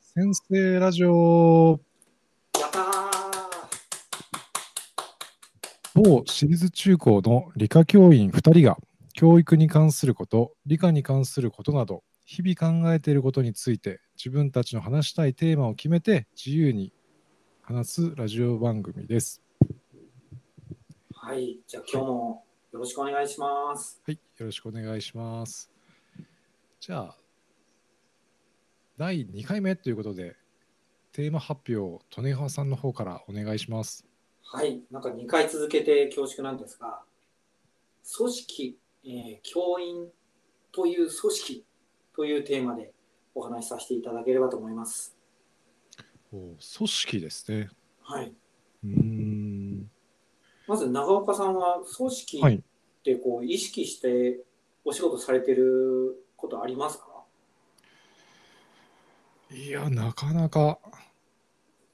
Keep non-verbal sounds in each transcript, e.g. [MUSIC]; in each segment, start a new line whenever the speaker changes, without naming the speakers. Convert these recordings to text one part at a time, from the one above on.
先生ラジオ
やったー
某私立中高の理科教員2人が教育に関すること、理科に関することなど、日々考えていることについて自分たちの話したいテーマを決めて自由に話すラジオ番組です。
はい、じゃあ今日もよろしくお願いします。
はい、よろしくお願いします。じゃあ、第2回目ということで、テーマ発表、利根川さんの方からお願いします。
はい、なんか2回続けて恐縮なんですが、組織、えー教員という組織というテーマでお話しさせていただければと思います。
お組織ですね。
はい、
うーん。
まず長岡さんは組織
はい
ってこう意識してお仕事されてることありますか、
いや、なかなか、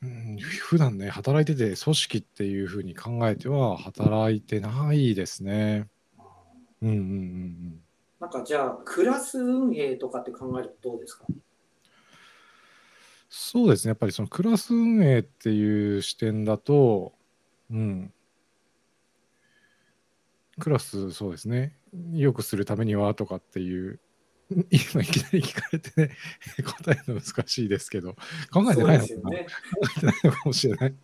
うん、普段ね、働いてて、組織っていうふうに考えては働いてないですね。うんうんうんうん。
なんかじゃあクラス運営とかって考えるとどうですか
そうですね、やっぱりそのクラス運営っていう視点だと、うん、クラス、そうですね、よくするためにはとかっていう、今いきなり聞かれてね、 [LAUGHS] 答えるの難しいですけど、考えてない
そ
の
うです
か
よ
な、考えてないの [LAUGHS]
ね。
かもしれない。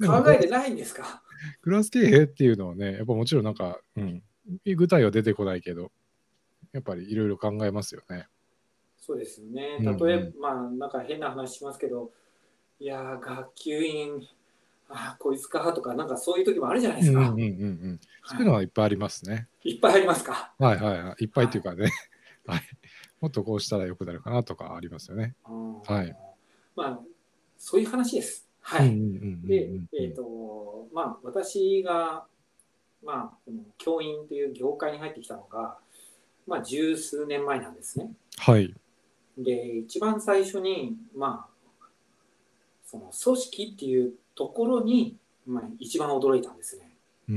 でも
考えてないんですか
クラス経営っていうのはね、やっぱもちろんなんか、うん、具体は出てこないけど、やっぱりいろいろ考えますよね。
そうですよね。
うん
例
うん
えば、まあ、なんか変な話しますけど、いやー、学級委員、ああ、こいつかとか、なんかそういう時もあるじゃないで
う
す
んう
か。
んうんうん。そういうの
はい
はいっぱいありますね。
いっぱいありますか。
はいはいはい。いっぱいっていうかね、はい。もっとこうしたらよくなるかなとかありますよね。はい。
まあ、そういう話です。は
うん
い。
うん
で
うん、う
えっ、
ん
と、まあ、私が、まあ、この教員という業界に入ってきたのが、まあ、十数年前なんですね。
はい。
で一番最初にまあその組織っていうところに、まあ、一番驚いたんですね、
うー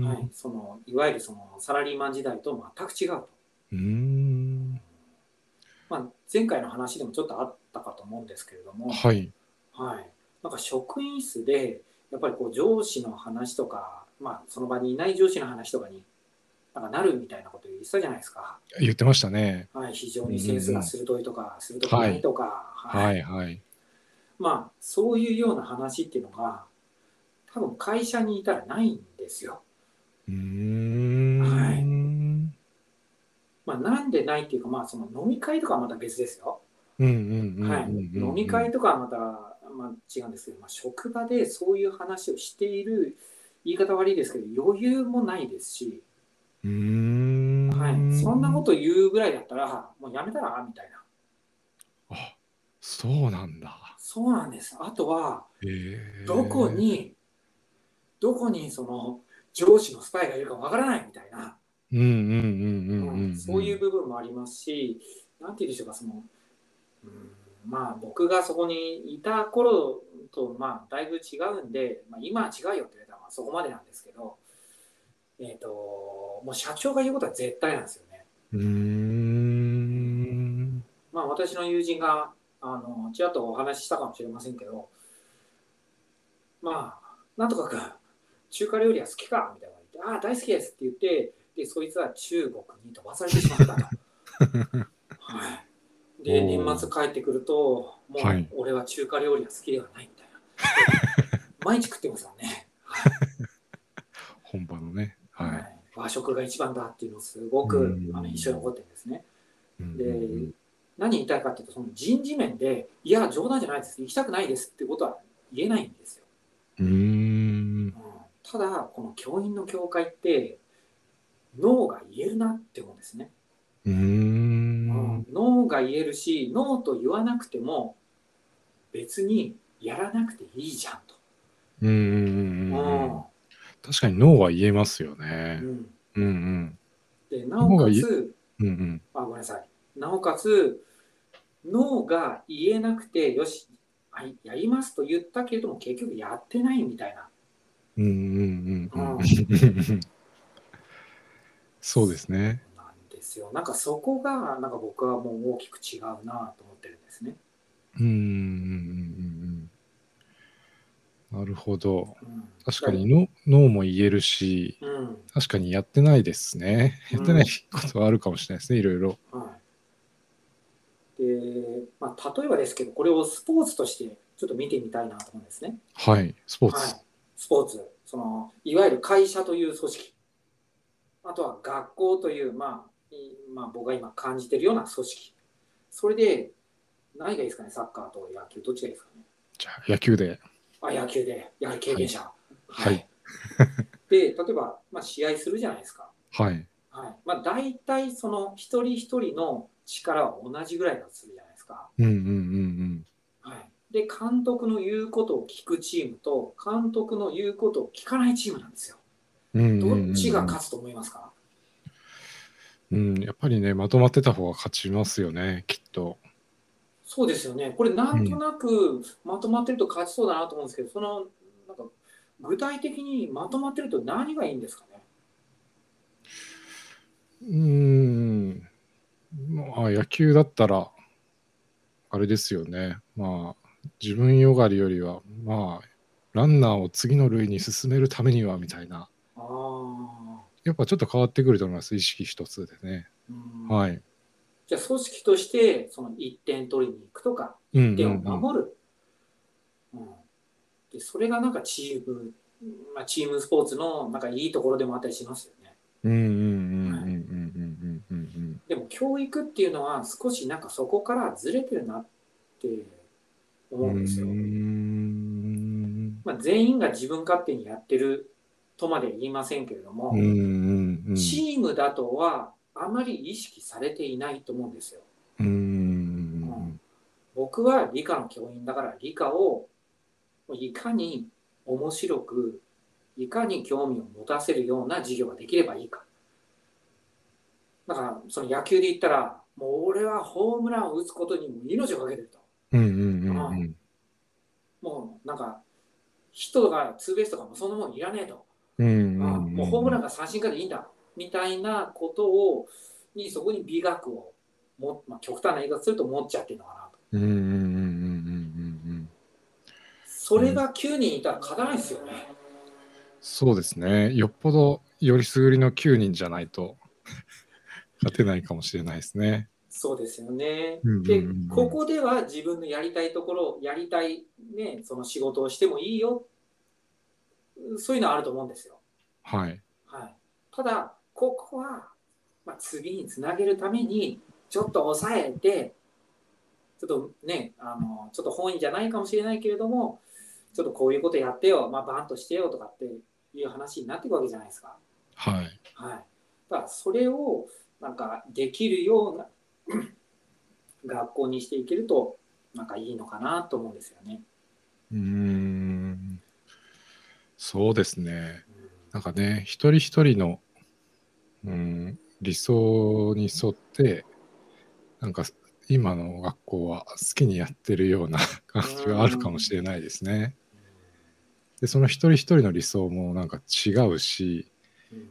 ん。
は
う
い、そのいわゆるそのサラリーマン時代と全く違うと、
ーん。
まあ、前回の話でもちょっとあったかと思うんですけれども、
はい。
はい、なんか職員室でやっぱりこう上司の話とか、まあ、その場にいない上司の話とかになんかなるみたいなこと言ってたじゃないですか、
言ってましたね。
はい、非常にセンスが鋭いとか鋭くないとか、はい
はいはい。
まあそういうような話っていうのが多分会社にいたらないんですよ。
うーん。
まあ、なんでないっていうか、まあ、その飲み会とかはまた別ですよ。
うんうんうんうんうん。
はい、飲み会とかはまた、まあ、違うんですけど、まあ、職場でそういう話をしている言い方悪いですけど余裕もないですし、
うーん。
はい、そんなこと言うぐらいだったらもうやめたらみたいな
あそうなんだ。
そうなんですあとは
へえ
どこに、どこにその上司のスパイがいるかわからないみたいな。
うんうんうんうんうん、うん、
そういう部分もありますし、なんて言うんでしょうか、その、うんまあ僕がそこにいた頃と、まあだいぶ違うんで、まあ今は違うよって言われたのはそこまでなんですけど、えっ、と、もう社長が言うことは絶対なんですよね。
うーん
まあ私の友人が、あの、ちらっとお話ししたかもしれませんけど、まあ、なんとか君、中華料理は好きかみたいなこと言って、ああ、大好きですって言って、で、そいつは中国に飛ばされてしま
[LAUGHS]
ったと。はい、で、
おー
年末帰ってくると、も
は
う
い
俺は中華料理は好きではないみたいな。
[LAUGHS]
毎日食ってますからね。
本場のね
は
はい
和食が一番だっていうのをすごく
うん
あの印象に残ってるんですね。
い、うん
で
うんうん、
何言いたいかっていうと、その人事面で、いや、冗談じゃないです、行きたくないですってことは言えないんですよ。
うーん
うんただ、この教員の教会って、ノーが言えるなって思うんですね。
うーん
ノーが言えるし、ノーと言わなくても、別にやらなくていいじゃんと。
うんうんうんうんうん
う
確かに脳は言えますよね
んうん
うんうん
でなおか
ノー
つ、
うんうん
あ、ごめんなさい。なおかつ、ノーが言えなくて、よし、はいやりますと言ったけれども、結局やってないみたいな。
うんうんうんうん
うん
そうですね
なんですよ。なんかそこが、なんか僕はもう大きく違うなと思ってるんですね。
ううんうんうんうんなるほど。
うん
確かにの脳も言えるし、
うん
確かにやってないですね。
うん
やってないことはあるかもしれないですね、いろいろ。
はいでまあ、例えばですけどこれをスポーツとしてちょっと見てみたいなと思うんですね。
はい、スポー
はい
ツ。、
スポーツそのいわゆる会社という組織あとは学校という、まあいまあ、僕が今感じているような組織それで何がいいですかねサッカーと野球どっちがいいですかね
じゃあ、野球で。
あ野球でやはり経験者
はい
で例えば、まあ、試合するじゃないですか、
はい。
はいまあ、大体その一人一人の力は同じぐらいだとするじゃないですか、
うんうんうん
はい、で監督の言うことを聞くチームと監督の言うことを聞かないチームなんですよ。
うんうんうんうん。
どっちが勝つと思いますか、
うん、やっぱりね、まとまってた方が勝ちますよね、きっと。
そうですよねこれなんとなくまとまってると勝ちそうだなと思うんですけどそのなんか具体的にまとまってると何がいいんですかね
うん。まあ、野球だったら、あれですよね。まあ、自分よがりよりは、まあ、ランナーを次の塁に進めるためには、みたいな。
ああ、
やっぱちょっと変わってくると思います、意識一つでね。
うん
はい。
じゃあ組織としてその1点取りに行くとか
うんうん
点を
うん
守る、うんでそれがなんかチーム、まあ、チームスポーツのなんかいいところでもあったりしますよね。
うんうんうんうんうんうんうんうん
でも教育っていうのは少しなんかそこからずれてるなって
う
思
ん
うんですよ。
うん
まあ、全員が自分勝手にやってるとまで言いませんけれども、
うんうんうん
チームだとはあまり意識されていないと思うんですよ。
うんうん
僕は理科の教員だから理科をいかに面白くいかに興味を持たせるような授業ができればいいかだからその野球で言ったらもう俺はホームランを打つことにも命をかけてると
うんうんうんうん
もうなんか人がツーベースとかもそんなもんいらねえと、
うん
ああもうホームラン
ン
が三振かでいいんだみたいなことをにそこに美学をも、まあ、極端な言い方すると持っちゃってるのかなと
うんうんうんうんうんうんうん
それが9人いたら勝たないですよね。
そうですねよっぽどよりすぐりの9人じゃないと勝てないかもしれないですね
そうですよね。
うんうんう
で
んうん、
ここでは自分のやりたいところ、やりたい、ね、その仕事をしてもいいよ。そういうのはあると思うんですよ。
はい
はい、ただ、ここは、まあ、次につなげるために、ちょっと抑えて、ちょっとね、あのちょっと本意じゃないかもしれないけれども、ちょっとこういうことやってよ、まあ、バンとしてよとかっていう話になっていくわけじゃないですか。
はい
はい、だからそれをなんかできるような学校にしていけるとなんかいいのかなと思うんですよね。
うーんそうですね
うん
なんかね、一人一人の、うん、理想に沿って、なんか今の学校は好きにやってるような [LAUGHS] 感じがあるかもしれないですね。で、その一人一人の理想もなんか違うし、
うん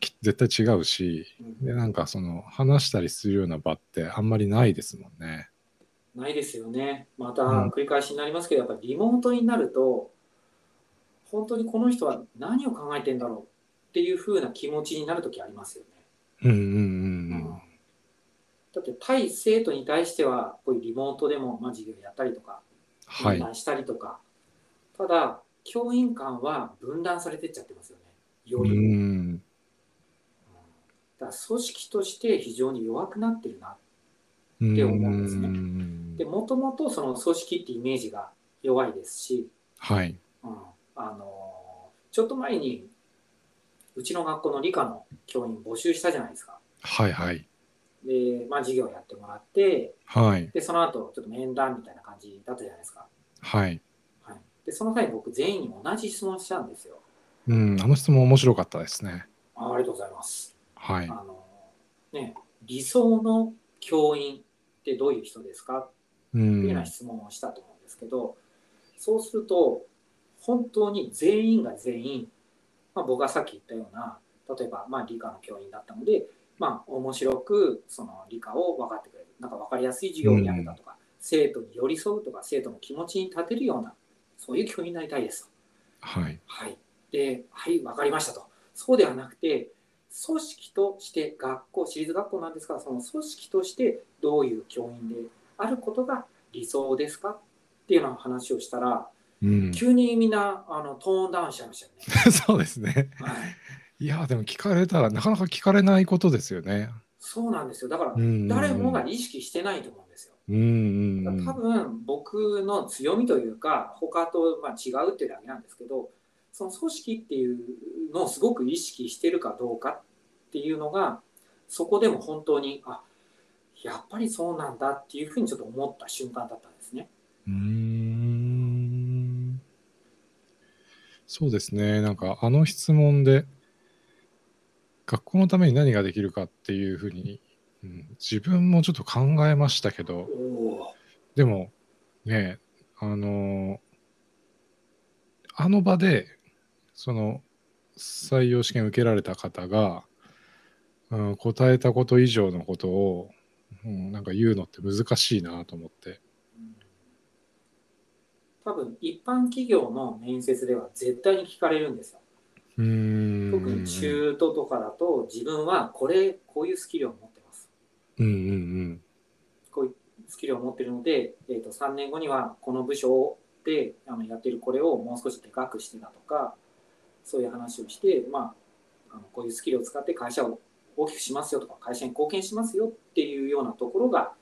き絶対違うし、
うん
で、なんかその話したりするような場ってあんまりないですもんね。
ないですよね。また
うん
繰り返しになりますけどやっぱりリモートになると本当にこの人は何を考えてんだろうっていう風な気持ちになる時ありますよね。
うんうん
うんだって対生徒に対してはこういうリモートでも、まあ、授業やったりとか
は
分
い。
断したりとか、ただ教員間は分断されてっちゃってますよねよ
う
り、うん
ん。
だから組織として非常に弱くなってるな
うん
って思うんですねで
ね。
もともとその組織ってイメージが弱いですし、
はい。
うんあのーちょっと前にうちの学校の理科の教員募集したじゃないですか
はいはい。
で、まあ、授業やってもらって
はい。
でその後ちょっと面談みたいな感じだったじゃないですか、
はい。
はい、でその際僕全員に同じ質問したんですよ
うん、あの質問面白かったですね。
あありがとうございます
はい。
あのね、理想の教員ってどういう人ですか
う
っていうようんな質問をしたと思うんですけど、そうすると本当に全員が全員、まあ、僕がさっき言ったような例えばまあ理科の教員だったので、まあ、面白くその理科を分かってくれるなんか分かりやすい授業をやれたとか、生徒に寄り添うとか生徒の気持ちに立てるようなそういう教員になりたいですと。
はい。
はい、ではい分かりましたと。そうではなくて組織として学校私立学校なんですがその組織としてどういう教員であることが理想ですかっていうような話をしたら
うん。
急にみんなあのトーンダウンしちゃいましたよね。
[LAUGHS] そうですね。 [LAUGHS]
はい
いや、でも聞かれたらなかなか聞かれないことですよね。
そうなんですよ。だから
うんうんうん
誰もが意識してないと思うんですよ。
うんうんうん。
多分僕の強みというか他とまあ違うっていうだけなんですけどその組織っていうのをすごく意識してるかどうかっていうのがそこでも本当にあやっぱりそうなんだっていうふうにちょっと思った瞬間だったんですね。
うーんそうですね、なんかあの質問で、学校のために何ができるかっていうふうに、うん、自分もちょっと考えましたけど、
お
でもね、あのあの場で、その採用試験受けられた方が、うん、答えたこと以上のことを、うん、なんか言うのって難しいなと思って。
多分一般企業の面接では絶対に聞かれるんですよ。
うーん
特に中途とかだと自分はこれこういうスキルを持ってます。
うんうん
こういうスキルを持ってるので、えー、と3年後にはこの部署であのやってるこれをもう少しでかくしてだとかそういう話をして、まあ、あのこういうスキルを使って会社を大きくしますよとか会社に貢献しますよっていうようなところが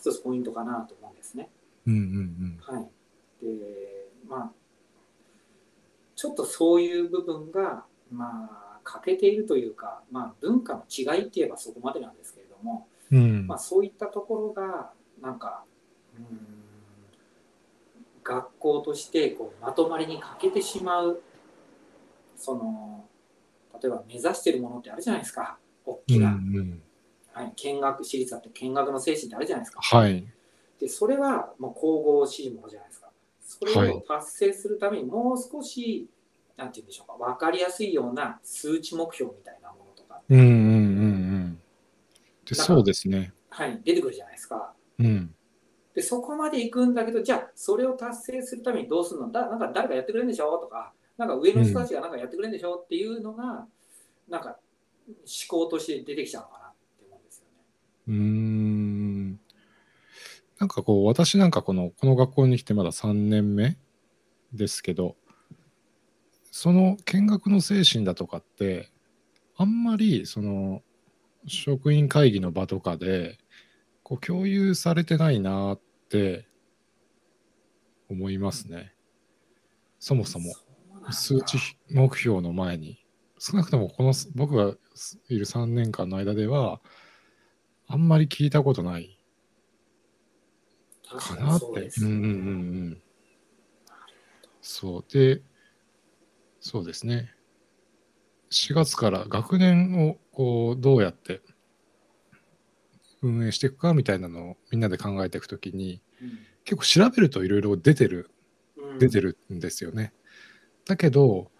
一つポイントかなと思うんですね。
うん。うんうん
はい、でまあちょっとそういう部分がまあ欠けているというか、まあ、文化の違いって言えばそこまでなんですけれども、
うん。うん
まあ、そういったところがなんかうーん学校としてこうまとまりに欠けてしまうその例えば目指してるものってあるじゃないですか大
う
き
んう
な、
ん。
はい、見学私立だって見学の精神ってあるじゃないですか
はい。
でそれはもう神々しいものじゃないですかそれを達成するためにもう少し、なんて言うんでしょうか分かりやすいような数値目標みたいなものとか、
うんうんうんうん。で、
だから
そうですね。
はい、出てくるじゃないですか
うん。
でそこまで行くんだけどじゃあそれを達成するためにどうするのだなんか誰かやってくれるんでしょとかなんか上の人たちがなんかやってくれるんでしょっていうのがなんか思考として出てきちゃうのかなって思うんですよね。
うーん。なんかこう、私なんかこの、この学校に来てまだ3年目ですけど、その見学の精神だとかって、あんまりその職員会議の場とかで、こう共有されてないなーって思いますね。そもそも。
うなんだ
数値目標の前に少なくともこのす僕がすいる3年間の間ではあんまり聞いたことないか
確か
な
に
って
そううで
ん
す
う
ね
んうんうんそうでそうですね4月から学年をこうどうやって運営していくかみたいなのをみんなで考えていくときに結構調べるといろいろ出てる
うん
出てるんですよね。だけど、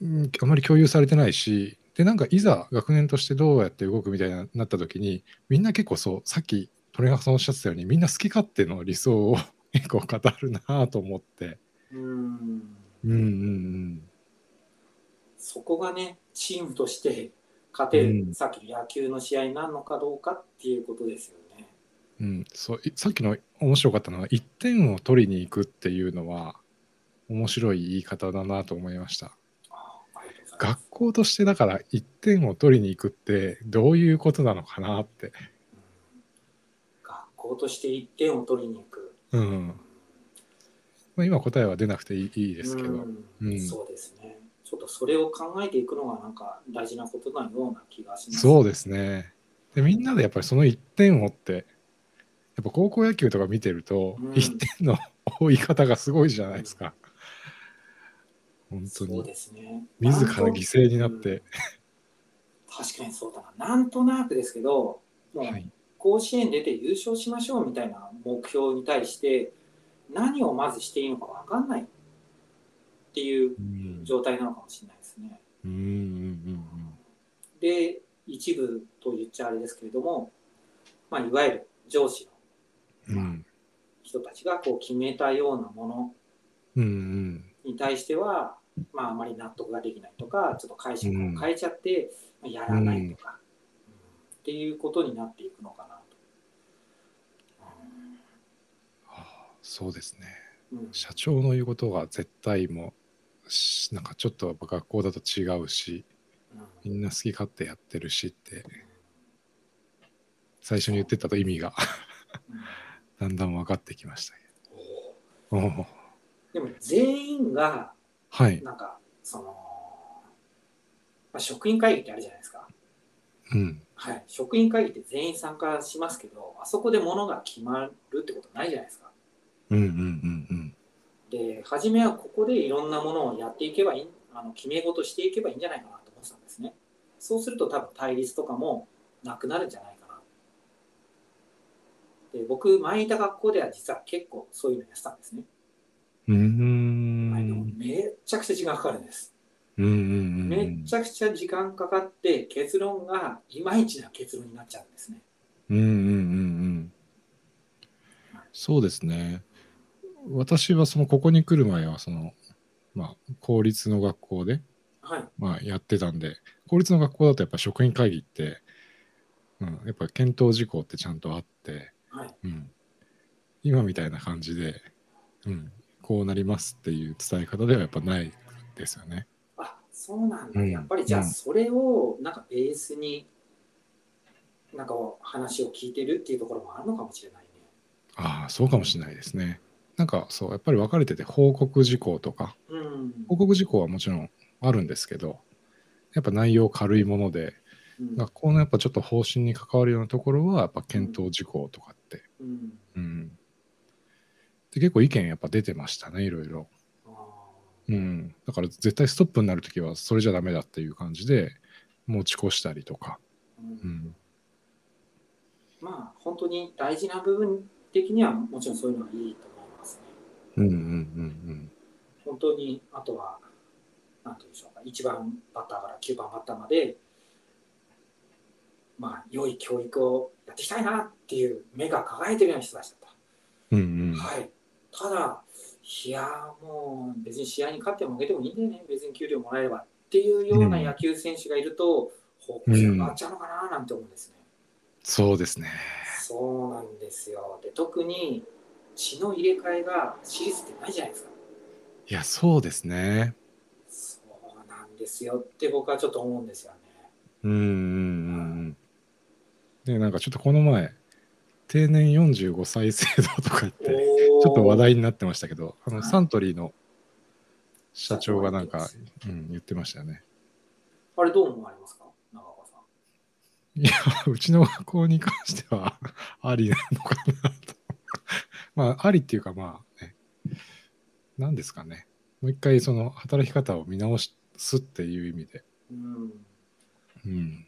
うんあまり共有されてないし、で、なんかいざ学年としてどうやって動くみたいになった時に、みんな結構そう、さっき鳥がさんおっしゃってたように、みんな好き勝手の理想を [LAUGHS] 結構語るなぁと思って。
うん
うんうんうん。
そこがねチームとして勝てる、
うん
さっき野球の試合になるのかどうかっていうことですよね。
うん、そういさっきの面白かったのは1点を取りに行くっていうのは面白い言い方だなと思いました。
あありがとうございま
学
す
校としてだから1点を取りに行くってどういうことなのかなって
学校として1点を取りに行く。
うんまあ、今答えは出なくていいいいですけど、
うん
うん
そうですねちょっとそれを考えていくのがなんか大事なことなような気がします
そうですねでみんなでやっぱりその1点をってやっぱ高校野球とか見てると、
うん
1点の追い方がすごいじゃないですか、本当
そう
に
ですね
自ら犠牲になっ
うん
て、
確かにそうだななんとなくですけどもう
はい、
甲子園出て優勝しましょうみたいな目標に対して何をまずしていいのか分かんないっていう
うん
状態なのかもしれないですね、
うんうんうん
で一部と言っちゃあれですけれども、まあ、いわゆる上司の
うん
人たちがこう決めたようなもの
うんうん
に対しては、まあ、あまり納得ができないとかちょっと解釈を変えちゃって、まあやらないとか、うんっていうことになっていくのかな
ああそうですね
と。うん
社長の言うことが絶対もうしなんかちょっとやっぱ学校だと違うし
うん
みんな好き勝手やってるしって最初に言ってたと意味
[LAUGHS]
が
う
だ
ん
んだん分かってきましたけどおお
でも全員が
はい、
なんかその、まあ、職員会議ってあるじゃないですか。
うん、
はい、職員会議って全員参加しますけどあそこでものが決まるってことないじゃないですか。
うんうんうんうん
で初めはここでいろんなものをやっていけばいいあの決め事していけばいいんじゃないかなと思ってたんですね。そうすると多分対立とかもなくなるんじゃないかな。で僕前いた学校では実は結構そういうのやってたんですね。
うー
あの
ん
めちゃくちゃ時間かかるんです。
うんうんうんう
め
ん
ちゃくちゃ時間かかって結論がいまいちな結論になっちゃうんですね。
うんうんうんうんそうですね私はそのここに来る前はそのまあ公立の学校で
はい。
まあ、やってたんで、公立の学校だとやっぱ職員会議って、うん、やっぱ検討事項ってちゃんとあって、
はい。
うん、今みたいな感じで、うん、こうなりますっていう伝え方ではやっぱないですよね。
あそうなんだ、
うん
やっぱりじゃあ
うん
それをなんかベースになんかお話を聞いてるっていうところもあるのかもしれないね。
ああ、そうかもしれないですね。なんかそう、やっぱり分かれてて報告事項とか、
うん
報告事項はもちろんあるんですけど、やっぱ内容軽いもので、
うん
学校のやっぱちょっと方針に関わるようなところは、やっぱ検討事項とかって
うん
うん、で結構意見やっぱ出てましたねいろいろ、
あ
うん、だから絶対ストップになるときはそれじゃダメだっていう感じで持ち越したりとか、
ーうん
うん、
まあ本当に大事な部分的にはもちろんそういうのがいいと思いますね。
うんうんうん
本当にあとは何て言うんでしょうか1番バッターから9番バッターまでまあ良い教育をやっていきたいなっていう目が輝いてるような人たちだった。
うんうん
はい、ただ、いやーもう別に試合に勝っても負けてもいいんだよね、別に給料もらえればっていうような野球選手がいると、方向性が変わっちゃうのかななんて思うんですね。
そうですね
そうなんですよ。で、特に血の入れ替えが私立ってないじゃないですか。
いやそうですね
そうなんですよって僕はちょっと思うんですよね。
うんうんうんうんでなんかちょっとこの前定年45歳制度とか言ってち
ち
ょっと話題になってましたけどあ
は
の
い
サントリーの社長がなんか、うん、言ってましたよね [LAUGHS]
あれどう思われますか、長岡さん。
いや、うちの学校に関しては、ありなのかなと。 [LAUGHS] まあ、ありっていうか、まあ、ね、なんですかね。もう一回、その、働き方を見直すっていう意味で。
うん
うん。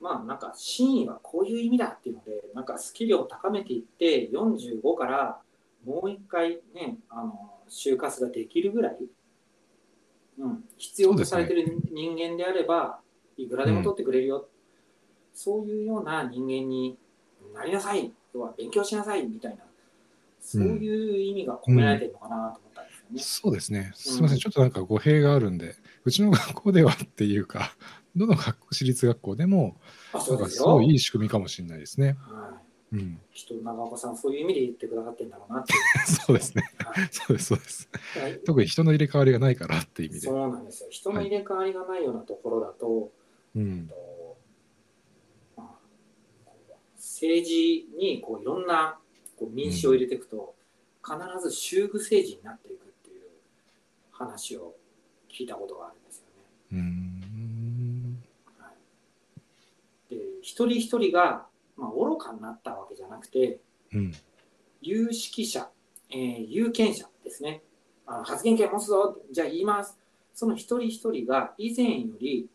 まあなんか真意はこういう意味だっていうのでなんかスキルを高めていって45からもう一回ねあの就活ができるぐらい、うん、必要とされてる人間であれば、いくらでも取ってくれるよ、そういうような人間になりなさい要は勉強しなさいみたいなそういう意味が込められてるのかなと思ったんですよね。
そうですね。すみません。ちょっとなんか語弊があるんで、うちの学校ではっていうか、 [LAUGHS] どの学校、私立学校でも、
あそ
なん
うで
か
す
す
よ、
ごいいい仕組みかもしれないですね。
はい、
うん。 [LAUGHS]
きっと長岡さんそういう意味で言ってくださってるんだろうなっていう。
そうですね。
はい
そうです、そうです。
だ
[LAUGHS]
から
特に人の入れ替わりがないからっていう意味で。
そうなんですよ人の入れ替わりがないようなところだと、
うん。
とまあこう政治にこういろんなこう民主を入れていくと、必ず修具政治になっていくっていう話を聞いたことがあるんですよね。
うーん。
はい、で一人一人が、まあ、愚かになったわけじゃなくて
うん。
有識者、えー有権者ですねあの発言権持つぞじゃあ言いますその一人一人が以前より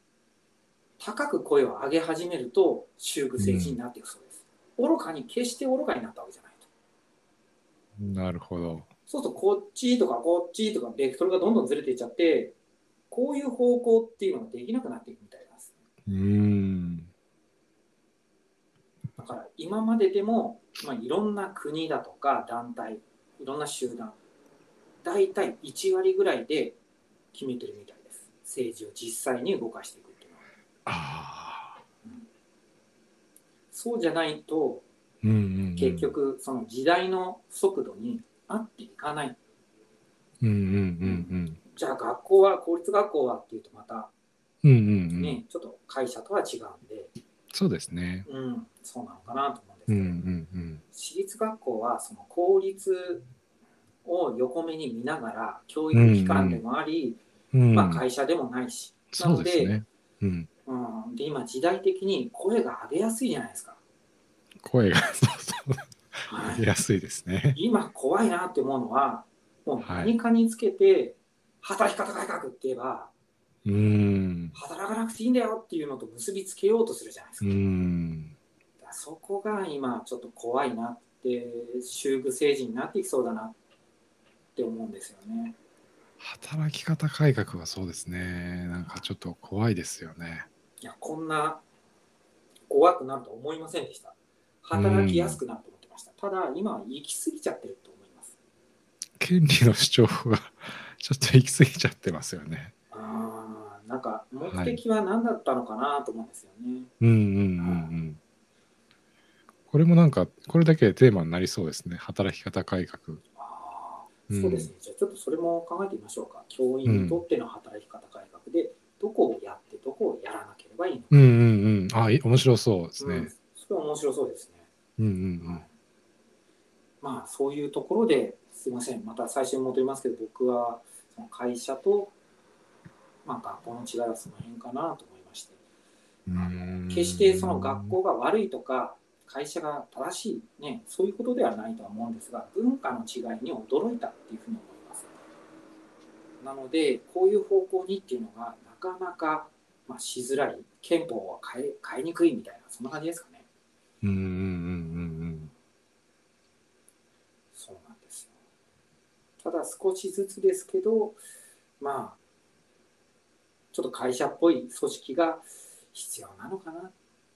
高く声を上げ始めると修具政治になっていくそうです、愚かに決して愚かになったわけじゃないと
なるほど。
そうするとこっちとかこっちとかベクトルがどんどんずれていっちゃってこういう方向っていうのができなくなっていくみたいなんです
うーん。
だからイ今まででも、まあ、いろんな国だとか団体いろんな集団大体1割ぐらいで決めてるみたいです政治を実際に動かしていくっていうのは
ああ。
そうじゃないと
うんうんうん。
結。局その時代の速度に合っていかない
うんうんうん
じゃあ学校は公立学校はっていうとまた
うん。うんうんうん。
ね、ちょっと会社とは違うんで、
そうですね。
うん、そうなのかなと思うんです
う
け
ん
ど、
うんうん。
私立学校はその公立を横目に見ながら教育機関でもあり、
うん、
まあ、会社でもないし、な
そ
の
うで
で
すね。うん、
うん、で今時代的に声が上げやすいじゃないですか、
声が [LAUGHS] そうそう
は
出
い、
やすいですね。
今怖いなって思うのはもう
はい
何かにつけて働き方改革って言えば
うん。
働かなくていいんだよっていうのと結びつけようとするじゃないです
う
か,、
ん。
そこが今ちょっと怖いなって修具政治になっていきそうだなって思うんですよね
働き方改革はそうですね。なんかちょっと怖いですよね。
いやこんな怖くなると思いませんでした働きやすくなると思ってました、ただ今は行き過ぎちゃってると思います
権利の主張が [LAUGHS] ちょっと行き過ぎちゃってますよね。
あーなんか目的は何だったのかなと思うんですよね。
うんうんうんうん。これもなんか、これだけでテーマになりそうですね。働き方改革。
あ
う
ー
ん
そうですね、じゃあちょっとそれも考えてみましょうか。教員にとっての働き方改革で、どこをやって、どこをやらなければいいのか。
うんうんうん。あ、い面白そうです
うん
ね。
それは面白そうですね。
うんう
はい
ん
まあ、そういうところですいません、また最初に戻りますけど、僕はその会社と、まあ、学校の違いはその辺かなと思いまして。
うんうん。
決してその学校が悪いとか会社が正しい、ね、そういうことではないとは思うんですが文化の違いに驚いたっていうふうに思いますなのでこういう方向にっていうのがなかなか、まあ、しづらい憲法は変え変えにくいみたいなそんな感じですかね
うんうんうんうんうん。
そうなんですよただ少しずつですけどまあちょっと会社っぽい組織が必要なのかな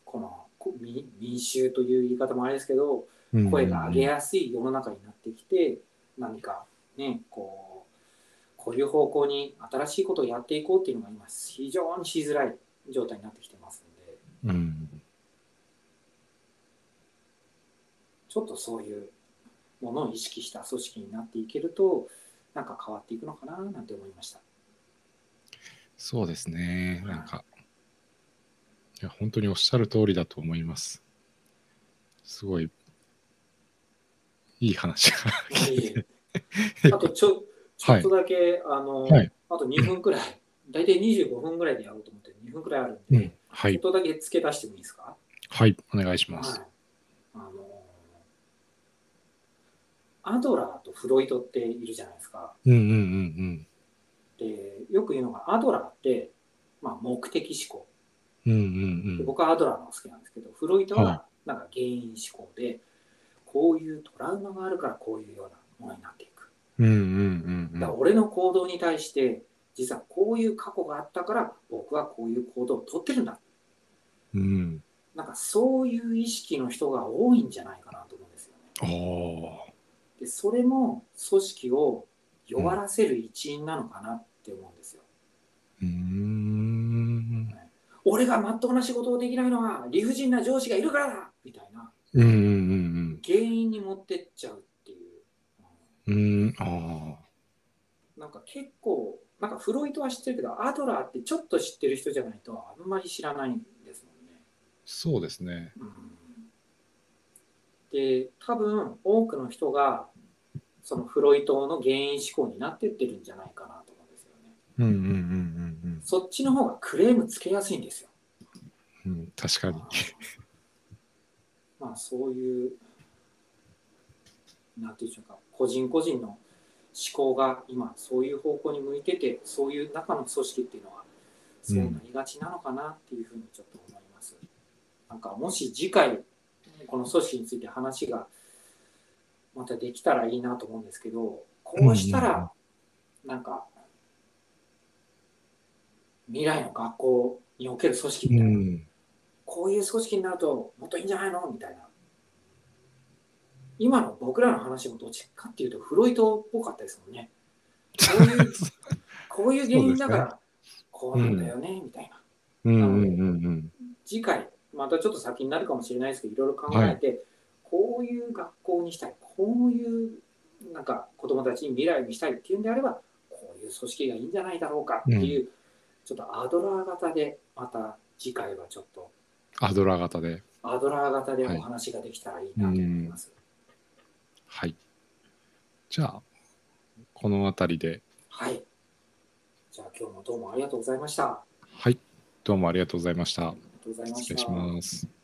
このこ民民衆という言い方もあれですけど声が上げやすい世の中になってきて何かねこうこういう方向に新しいことをやっていこうっていうのが今非常にしづらい状態になってきてますので
うん、
ちょっとそういうものを意識した組織になっていけるとなんか変わっていくのかななんて思い
[LAUGHS]
ました。
そうですね、なんか、いや、本当におっしゃる通りだと思います。すごい、いい話が。
あとちょちょっとだけ、あの、
はい
あと2分くらい大体25分くらいでやろうと思って2分くらいあるんで、
うん、は
ちょ
い
っ、とだけ付け足してもいいですか
はい、お願いしま
はい
す。、
あのアドラーとフロイトっているじゃないですか。
うんうんうん
でよく言うのがアドラーって、まあ、目的思考
うん。うん
で
うん
僕はアドラーのが好きなんですけどフロイトは
は
なんか原因思考でこういうトラウマがあるからこういうようなものになっていく。
うん。うんうんうんう
だから
ん。
俺の行動に対して実はこういう過去があったから僕はこういう行動をとってるんだ。
うん、
なんかそういう意識の人が多いんじゃないかなと思うんですよね。
おお
でそれも組織を弱らせる一因なのかなって思うんですよ。
ー。うーん。
俺がまっとうな仕事をできないのは理不尽な上司がいるからだみたいな
うんうんうん
原因に持ってっちゃうっていう、う
うん。うん、ああ。
んなんか結構なんかフロイトは知ってるけどアドラーってちょっと知ってる人じゃないとあんまり知らないんですもんね。
そうですね。
で多分多くの人がそのフロイトの原因思考になってってるんじゃないかなと思うんですよね。
うんうんうん
そっちの方がクレームつけやすいんですよ。
うんうん。うん、確かに。
まあそういう、なんていうんでしょうか、個人個人の思考が今そういう方向に向いてて、そういう中の組織っていうのは、そうなりがちなのかなっていうふうにちょっと思います。なんかもし次回、この組織について話がまたできたらいいなと思うんですけど、こうした
うんうん
ら、なんか、未来の学校における組織み
う
たいな、
ん。
こういう組織になるともっといいんじゃないのみたいな。今の僕らの話もどっちかっていうとフロイトっぽかったですもんね。こう [LAUGHS] いうこういう原因だからこうなんだよね、みたいな。
うんうんうんうん。
次回またちょっと先になるかもしれないですけどいろいろ考えて、こういう学校にしたいこういうなんか子どもたちに未来にしたいっていうんであればこういう組織がいいんじゃないだろうかっていう、ちょっとアドラー型でまた次回はちょっと
アドラー型で。
アドラー型でお話ができたらいいなと思います。
はい。じゃあ、この辺りで。
はい、じゃあ今日もどうもありがとうございました。あ
はい。どうもありがとうございました。
りがとうございま
失
し。
礼したます。